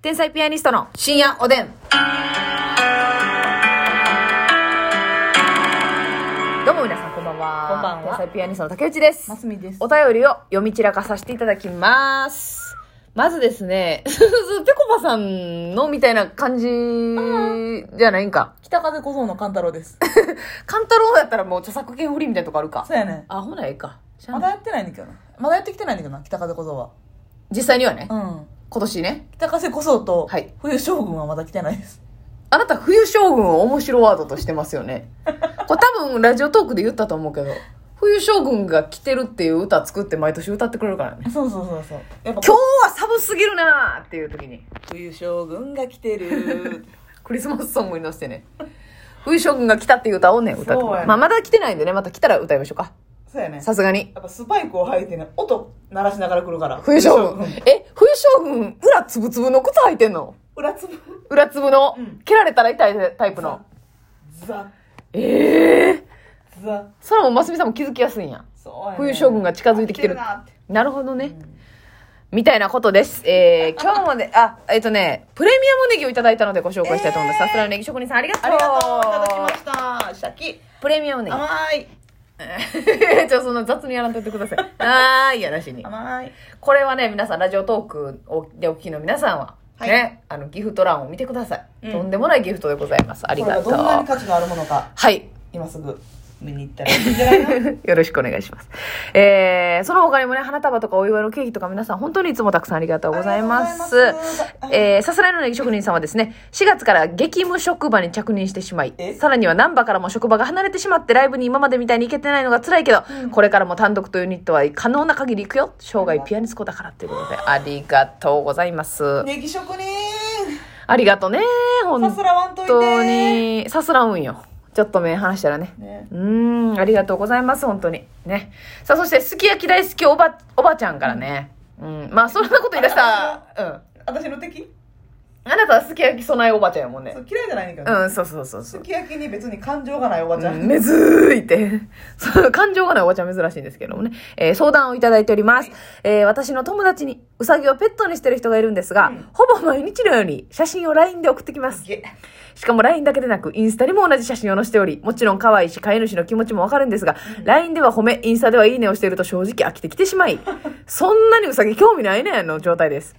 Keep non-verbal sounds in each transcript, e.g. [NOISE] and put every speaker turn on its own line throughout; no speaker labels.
天才ピアニストの深夜おでん。どうも皆さん、こんばんは。
こんばん
天
は
才ピアニストの竹内です。
ますみです
お便りを読み散らかさせていただきます。まずですね、 [LAUGHS] ぺこぱさんのみたいな感じじゃないんか。
北風小僧の勘太
[LAUGHS]
郎です。
勘太郎だったらもう著作権フリーみたいなとこあるか。
そうやねん。
あ、ほなええか。しゃあな
ま
い
だやってないんだけどな。まだやってきてないんだけどな、北風小僧は。
実際にはね、
うん。
今年ね、
北風小僧と
はい、
冬将軍はまだ来てない
[LAUGHS]
です。
あなた冬将軍を面白ワードとしてますよ
[LAUGHS]
ね。これ多分ラジオトークで言ったと思うけど、冬将軍が来てるっていう歌作って毎年歌ってくれるからね。
[LAUGHS] そうそうそうそう。やっ
今
ぱ
日は寒すぎるなーっていう時に。
冬将軍が来
[LAUGHS]
てる。
クリスマスソングに乗せてね。冬将軍が来たっていう歌をね、歌って
そうやね
まあ、まだ来てないんでね、また来たら歌いましょうか。
そうやねん。や
さすがに。
っぱスパイクを履いてね、音鳴らしながら来るから。
冬将軍。え、冬将軍、裏つぶつぶの靴履いてんの
[LAUGHS] 裏粒。
裏つぶの、
うん
蹴られたら痛いタイプの。
ザ、
ええ
ザ。
それはもう、ますみさんも気づきやすいんや。
そうやねん
冬将軍が近づいてきてる。
なって
なるほどね。みたいなことです。え
[LAUGHS]
ー、今日もね、あ、えっ、とね、プレミアムネギをいただいたのでご紹介したいと思います。
えー
さすがのネギ職人さんありがとう。
ありがとう。いただきました。シャキ。
プレミアムネギ。 [LAUGHS]
甘い。
じゃあそんな雑にやらんといてくださ
[LAUGHS]
い。あーいやなしに。
甘い。
これはね、皆さん、ラジオトークをでお聞きの皆さんは、
はい
ね、あの、ギフト欄を見てください、
うん
とんでもないギフトでございます。ありがと
これがどんなに
う。
価値のあるものか、
はい。 [LAUGHS]
今すぐ見に行ったらいいんじゃないかな。
よろしくお願いします。えー、その他にもね、花束とかお祝いのケーキとか皆さん本当にいつもたくさんありがとうございます。
ありがとうございます
えー、さすらいのネギ職人さんはですね、4月から激務職場に着任してしまい
え、
さらには難波からも職場が離れてしまってライブに今までみたいに行けてないのが辛いけど、これからも単独というユニットは可能な限り行くよ。生涯ピアニスコだからということで、ありがとうございます。
ネギ職人
ありがとね、本
さすらわんといて
当に。さすらうんよ。ちょっと目離したらね。
ね
うーん、ありがとうございます、本当に。ね。さあ、そして、すき焼き大好きおば、おばちゃんからね。うん。まあ、そんなこと言い出したら、うん。
私の敵
あなたはすき焼き備えおばちゃんやもんね
そ。う嫌いじゃないんだけど、
うん、そうそうそうそ
す
う。
き焼きに別に感情がないおばちゃん、
うんめずーいって。 [LAUGHS] そう、感情がないおばちゃん珍しいんですけどもね。えー相談をいただいております。えー私の友達に、うさぎをペットにしてる人がいるんですが、
うん
ほぼ毎日のように写真を LINE で送ってきます。
げ
しかも LINE だけでなく、インスタにも同じ写真を載せており、もちろん可愛いし、飼い主の気持ちもわかるんですが、LINE では褒め、インスタではいいねをしていると正直飽きてきてしま [LAUGHS] い、そんなにウサギ興味ないねんの状態です。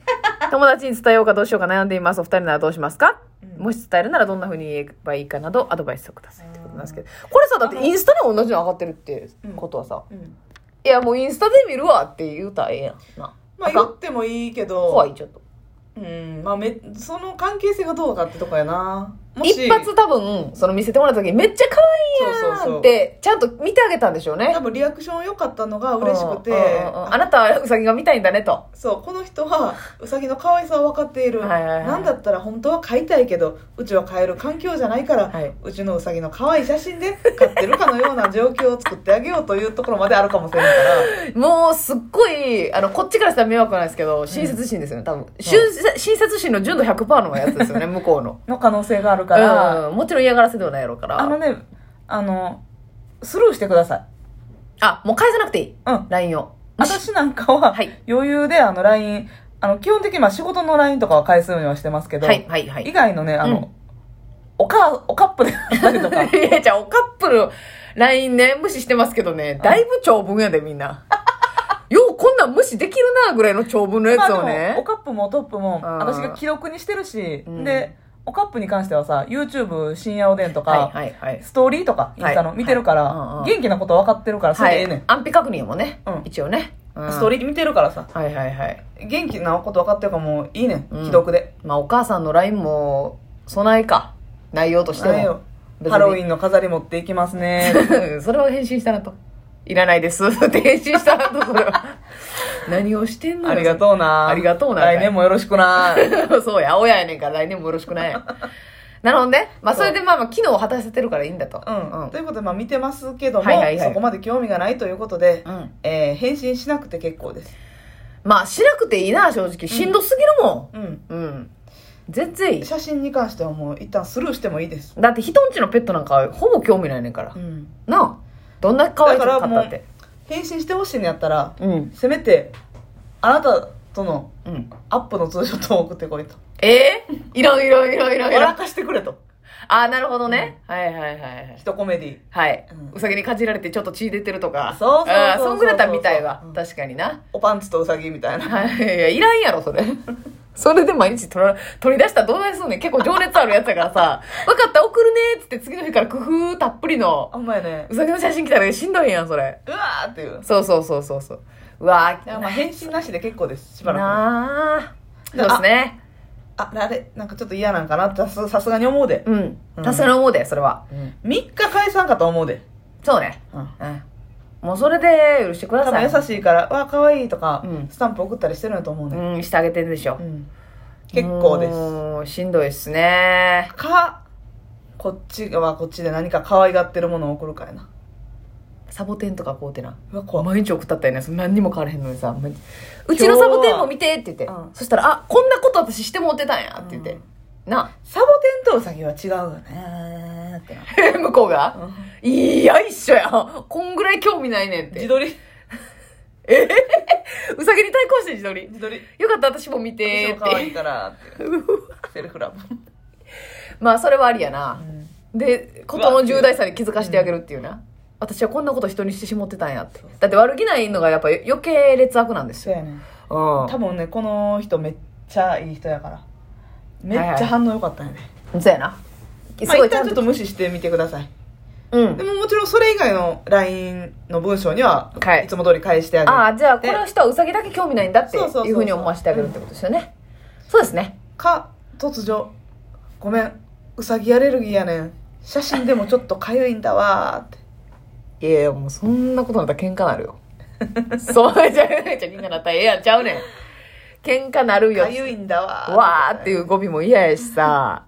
友達に伝えようかどうしようか悩んでいます。お二人ならどうしますか、
うん
もし伝えるならどんな風に言えばいいかなど、アドバイスをくださいってことなんですけど、これさ、だってインスタで同じの上がってるってことはさ、
うん
いやもうインスタで見るわって言うたらええやんな。
まあ
あか
言
ん
ってもいいけど
怖い、ちょっと。
うんまあめその関係性がどうかってとこやなもし
一発多分、その見せてもらった時にめっちゃ可愛いや
そうそうそ
ん
う
って、ちゃんと見てあげたんでしょうね
多。分リアクション良かったのが嬉しくて、
うんうんうんうんあなたはウサギが見たいんだねと。
そうこの人はうさぎの可愛さを分かっている、
はいはいはい
なんだったら本当は飼いたいけどうちは飼える環境じゃないから、
はいう
ちのうさぎの可愛い写真で飼ってるかのような状況を作ってあげようというところまであるかもしれんから
もうすっごい、あの、こっちからしたら迷惑なんですけど、親切心ですよね、多分。しゅ親切心の純度100%のやつですよね、向こう
[LAUGHS]
の。
[LAUGHS] の可能性があるから、
うん、もちろん嫌がらせではないやろうから。
あのねあのスルーしてください
あ、もう返さなくていい。
うん [LAUGHS]
LINE を。
私なんかは
はい
余裕であの LINE あの基本的にまあ仕事の LINE とかは返すようにはしてますけど、
はい、はい、は
以
い。
外のねあの、
うん
おかおカップであったりとか
いや、じゃあ、おカップル、LINE ね、無視してますけどね、だいぶ長文やで、みんな。 [LAUGHS] よう、こんなん無視できるな、ぐらいの長文のや
まあ
つ
で
を
もお
ね。
カップもおトップも
うん
私が記録にしてるし、
うん
でおカップに関してはさ YouTube 深夜おでんとか、
はい、はい、はい。
ストーリーとかインスタの
はい
見てるから、
はいうんうん
元気なこと分かってるからそれでええねん、
安否確認もね、
うん
一応ね。うん
ストーリー見てるからさ
はいはいはい。
元気なこと分かってるからもういいねん、
うん
既読で
まあお母さんの LINE も備えか。内容として
ない
も
よ。ハロウ
ン
ィンの飾り持っていきますね。。
[LAUGHS] それは返信したなと。いらないです。って返信したなと、それ [LAUGHS] は。何をしてんの
ありが
う。
とうな。
ありがとうな
来年もよろしくな。
[LAUGHS] そうや、親やねんから来年もよろしくない。なるほどね。まあそれでまあまあ、機能を果たせてるからいいんだと。
うん。ということで、まあ見てますけども、
はいはいはい
そこまで興味がないということで、
うん。うん。
えー返信しなくて結構です。
まあしなくていいな、正直。しんどすぎるも
うん。
ん。うん。全然いい。
写真に関してはもう一旦スルーしてもいいです。
だって人んちのペットなんかほぼ興味ないねんから
う。ん。
なあ。どんな可愛いか
だ
っ
か
た
らもう
って。
返信してほしいのやったら、
うん。
せめて、あなたとその
うん。
アップのツーショットを送ってこいと
えー、いろいろいろいろい
笑
ろ。
かしてくれと
あー、なるほどね。はいはいはいはい。
一コメディ
はい、
うん
うさぎにかじられてちょっと血出てるとか
そうそうそうそう
あーそんぐらいだったみたいわ、
うん
確かにな
おパンツとウサギみたいな
はいいやいらんやろそれ [LAUGHS] それで毎日取ら取り出したらどうなりそうねん結構情熱あるやつやからさ「分かった送るね」っつって次の日から工夫たっぷりの
あんまやね
うさぎの写真来たらしんどいやんそれ
うわーっていう
そうそうそうそうそううわ
だか
ー
ら
[LAUGHS]
まあ返信なしで結構ですしばらく
なあそうですね
ああれなんかちょっと嫌なんかなってさすさすがに思うで、
うん
うん
さすがに思うでそれは
三3日解散かと思うで、
そうね
うん、
うんもうそれで許してくだ
多
さ
分
い
優しいから「わあ可愛いとか、
うん
スタンプ送ったりしてるんやと思うね、
うんしてあげてるでしょ、
うん結構です
す。しんどいっすね。
かこっちはこっちで何か可愛がってるものを送るかやな
サボテンとかこうてな。
うわ怖い
毎日送ったったよね。その何にも変わらへんのにさ。毎日うちのサボテンも見てって言って。
今日はうん
そしたら、あ、こんなこと私してもうてたんやって言って。な。 [LAUGHS]
サボテンとウサギは違うよねーってな、
向こうが、いや、一緒や。こんぐらい興味ないねんっ
自
て。
撮り
うさぎに対抗して自撮り。
自撮り
よかった、私も見て
私も
っ
可愛い
て。
からってセルフラブ、
まあ、それはありやな。で、ことの重大さに気づかせてあげるっていうな。私はこんなこと人にしてしもってたんやって。だって悪気ないのがやっぱ余計劣悪なんですよ。
そうやねん
うん。
多分ねこの人めっちゃいい人やからめっ
はいは
ち
い
ゃ反応良かったんやね、
そうやな。す
まあ、
ごい
一
ちゃ
旦
ん
ちょ
と。
っと無視してみてください
うん
で。ももちろんそれ以外の LINE の文章には
はい
いつも通り返してあげる、
ああ、じゃあ、この人はウサギだけ興味ないんだって
そうそうそう
い
そう
うふうに思わせてあげるってことですよね。そうですね。
か突如「ごめんうさぎアレルギーやねん写真でもちょっとかゆいんだわ」って
いやいや、もうそんなことなったら喧嘩な
[LAUGHS]
るよ。そうじゃないじゃん喧嘩なったらええやんちゃうねん。喧嘩なる
「
よ
か。ゆいんだわ」
わーっていう語尾も嫌やしさ。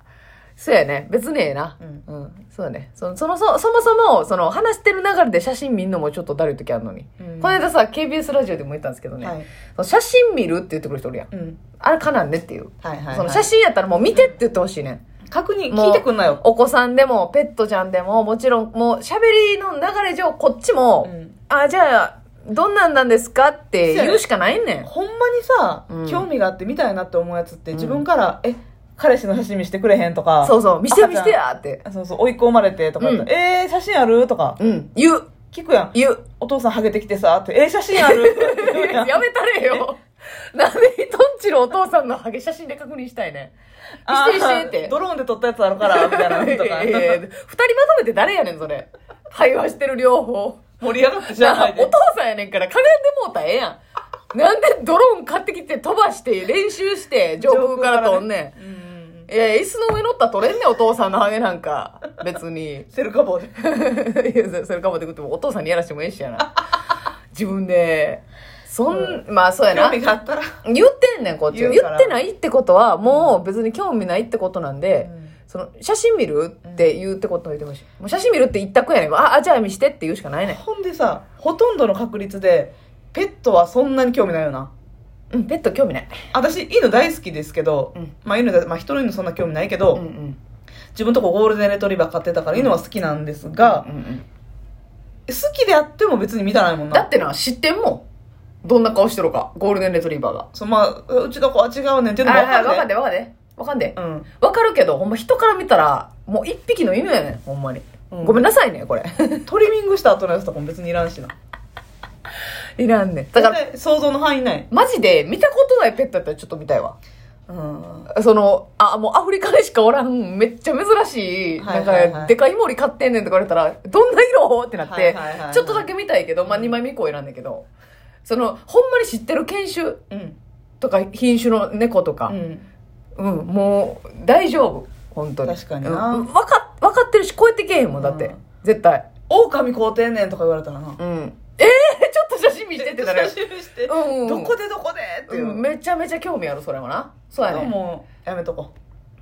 そうやね。別にええな。
うん
うん。そうやね。その、その、そそもそも、その、話してる流れで写真見んのもちょっとだるい時あるのに。
うん
この間さ、KBS ラジオでも言ったんですけどね。
はい、
その写真見るって言ってくる人おるやん。
うん、
あれかなんねっていう。
はいはい、はい、
その写真やったらもう見てって言ってほしいねん。
確認
もう
聞いてくんなよ
お子さんでも、ペットちゃんでも、もちろん、もう喋りの流れ上、こっちも、
うん
あ、じゃあ、どんなんなんですかって言うしかないねん。
ほんまにさ、
うん
興味があって見たいなって思うやつって自分から「え彼氏の写真見してくれへん」とか
そうそう、見せて見せて
赤ちゃ
や
ん
って。
あそうそう追い込まれてとかやったらえー、写真ある?」とか
うん、言う、
聞くやん
言う。 [LAUGHS]
「お父さんハゲてきてさ」って「えー、写真ある?」とか言うやん
やめたれよ。なんで、とんちのお父さんのハゲ写真で確認したいねん。
[LAUGHS] あ
見せて見せてって。
ドローンで撮ったやつあるから、みたいなのとか。
[LAUGHS] いやいやいや二人まとめて誰やねん、それ。会話してる両方。
盛り上がってじ
じ
ゃ
ゃ
ない
あ、お
で
父。さんやねんから、かがんでもうたらええやん。なんでドローン買ってきて飛ばして練習して上空から飛んね
うんうん
ん。いや、椅子の上乗ったら取れんねん、お父さんのハゲなんか。別に。 [LAUGHS]
セルカ棒で。
いや、それかもってくっても、お父さんにやらしてもええしやな。自分で。そん、まあそうや
興
な
味。があったら。
言ってんねん、こっち。
言
言
うから
ってないってことは、もう別に興味ないってことなんで、
うん
その、写真見るって言うってことを言ってほしい。もう写真見るって一択やねん。あ、あじゃあ見してって言うしかないねん。
[LAUGHS] ほんでさ、ほとんどの確率で、ペットはそんなに興味ないよな。
うん、ペット興味ない。
私、犬大好きですけど、
うん
まあ犬だ、まあ人の犬そんな興味ないけど、
うんうん。
自分とこゴールデンレトリバー飼ってたから犬は好きなんですが、
うんうん
好きであっても別に見たないもん
だ
な
っ。てな、知ってんもん。どんな顔してるか、ゴールデンレトリバーが。
そう、まあ、うちの子は違うねんっていうのも
はい
分
はい、わ
か
か
る
ん
ね。
で、わかんで。わかんで
う。ん。
わかるけど、ほんま人から見たら、もう一匹の犬やねん、ほんまに。
うん
ごめんなさいね、
[LAUGHS]
これ。
トリミングした後のやつとかも別にいらんしな。
いらんねん。だから、
ら、想像の範囲内。
マジで見たことないペットやったらちょっと見たいわ。
うん。
その、あ、もうアフリカでしかおらん、めっちゃ珍しい、
はいはいはい
なんか、でかいモリ買ってんねんとか言われたら、どんな色ってなって、
はいはいはい
ちょっとだけ見たいけど、まあ2枚目以降選んだけど、その、ほんまに知ってる犬種
うん。
とか品種の猫とか、
うん。
うん、もう、大丈夫。本当に。
確かにな
うん、分か、分かってるし、超えてけえへんもん、だって。
うん
絶対。
狼買うてんねんとか言われたらな。
うん。ええー、ちょっと写真見してってた
[LAUGHS]
ら。
写真して、
うんうん
どこでどこでっていう。
うん、めちゃめちゃ興味ある、それもな。そうやね。
もう、やめとこ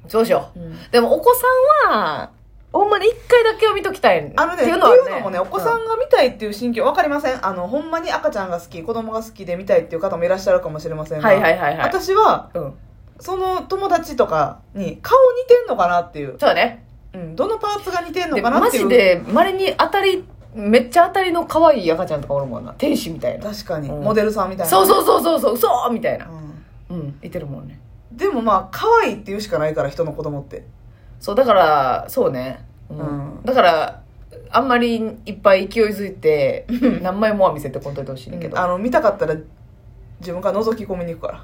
そうしよ
う。
う。でも、お子さんは、ほんまに一回だけは見ときたい。
あのね、
っ
ってて
い
いうう
のは、
のもね、お子さ
うん
が見たいっていう心境、わかりませんあの、ほんまに赤ちゃんが好き、子供が好きで見たいっていう方もいらっしゃるかもしれません
ん。
が、
はいはいはいはい。
私は、
うん。
その友達とかに顔似てんのかなっていう、
そうだね。
うん、どのパーツが似てんの
で
かな
マ
っていう。
ジで、稀に当たり、めっちゃ当たりの可愛い赤ちゃんとかおるもんな。天使みたいな。
確かに、
うん
モデルさんみたいな。
そうそうそうそうそう、嘘みたいな。
うん
うんいてるもんね
でもまあ可愛いって言うしかないから人の子供って
そうだからそうね、うん
うん
だからあんまりいっぱい勢いづいて何枚もは見せてこんといてほしいねんけど、
あの見たかったら自分から覗き込みに行くから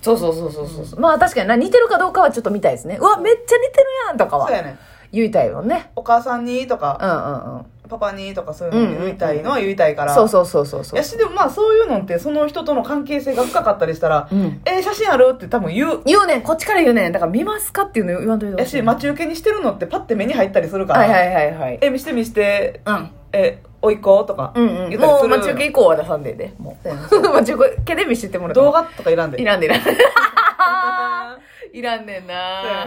そうそうそうそうそうそうまあ確かにな似てるかどうかはちょっと見たいですねうわめっちゃ似てるやんとか
そうや
は
ねん
言いたいもんね
お母さんにと
う
か、
んうんうん
パパにとかそういうのに言いたいのは言いたいから、
そうそうそうそうそう
やしでもまあそういうのってその人との関係性が深かったりしたら「
うん
えー写真ある?」って多分言う
言うねんこっちから言うねんだから見ますかっていうの言わんといて
や
ほし
し
い
待ち受けにしてるのってパッて目に入ったりするから「
はいはいはいはい
え見して見して
うん
えおいっ子?」とか
う
言
ん
った
う
り
ん、
する
もう待ち受け以降は出さんでねも
そうやね
う [LAUGHS] 待ち受けで見せてもらって
動
も
画とかいらんで
いらんでいらん
そ
[LAUGHS] いらんねん
うや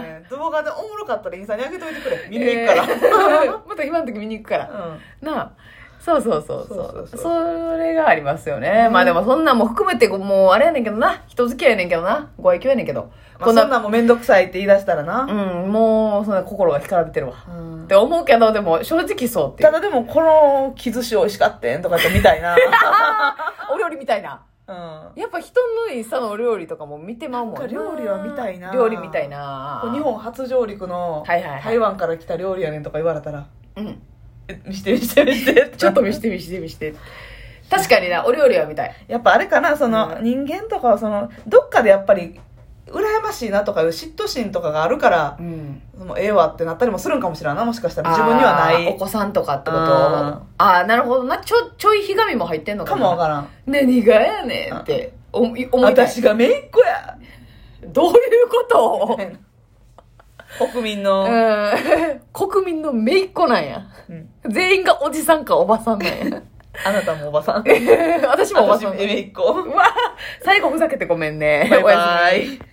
な
ね動画でおもろかったらインスタに上げといてくれ見に行くから、
えー [LAUGHS] また今の時見に行く [LAUGHS] から
うん
なあそうそうそうそ
そうう
そ
そうそう
れがありますよね、
うん
まあでもそんなんも含めてこうもうあれやねんけどな人付き合いやねんけどなご愛嬌やねんけど、
まあ、そんなんも面倒くさいって言い出したらな、
うんもうそんな心が干からびてるわっ
うん
て思うけどでも正直そうってい
た
う
だでもこの木寿司美味しかったんとかってみ
[LAUGHS]
たいな、
お料理みたいな
うん、
やっぱ人のインスタのお料理とかも見てまうもんな
なんか料理は見たいな
料理みたいな
こう日本初上陸の
はいはいはい
台湾から来た料理やねんとか言われたら
うん
「え見して見して見して」
ちょっと見して見して見して確かになお料理は見たい
やっぱあれかなその、
う
人間とかはそのどっかでやっぱり羨ましいなとかいう嫉妬心とかがあるから
うん
もうええわってなったりもするんかもしれんなもしかしたら自分にはな
あーお
い
子さんとかってこと
うん
ああーなるほどなちょちょいひがみも入ってんのか
か
な
もわからん
何がやねんってお思いたい
私がめいっ子や
どういうことを [LAUGHS]
みたいな国民の、
うん国民の姪っ子なんや
うん
全員がおじさんかおばさんなん [LAUGHS] や
あなたもおばさん
私もおば
私
さん
も
だ [LAUGHS]
めいっ子
うわ最後ふざけてごめんね
バイ
おやすみ
バイ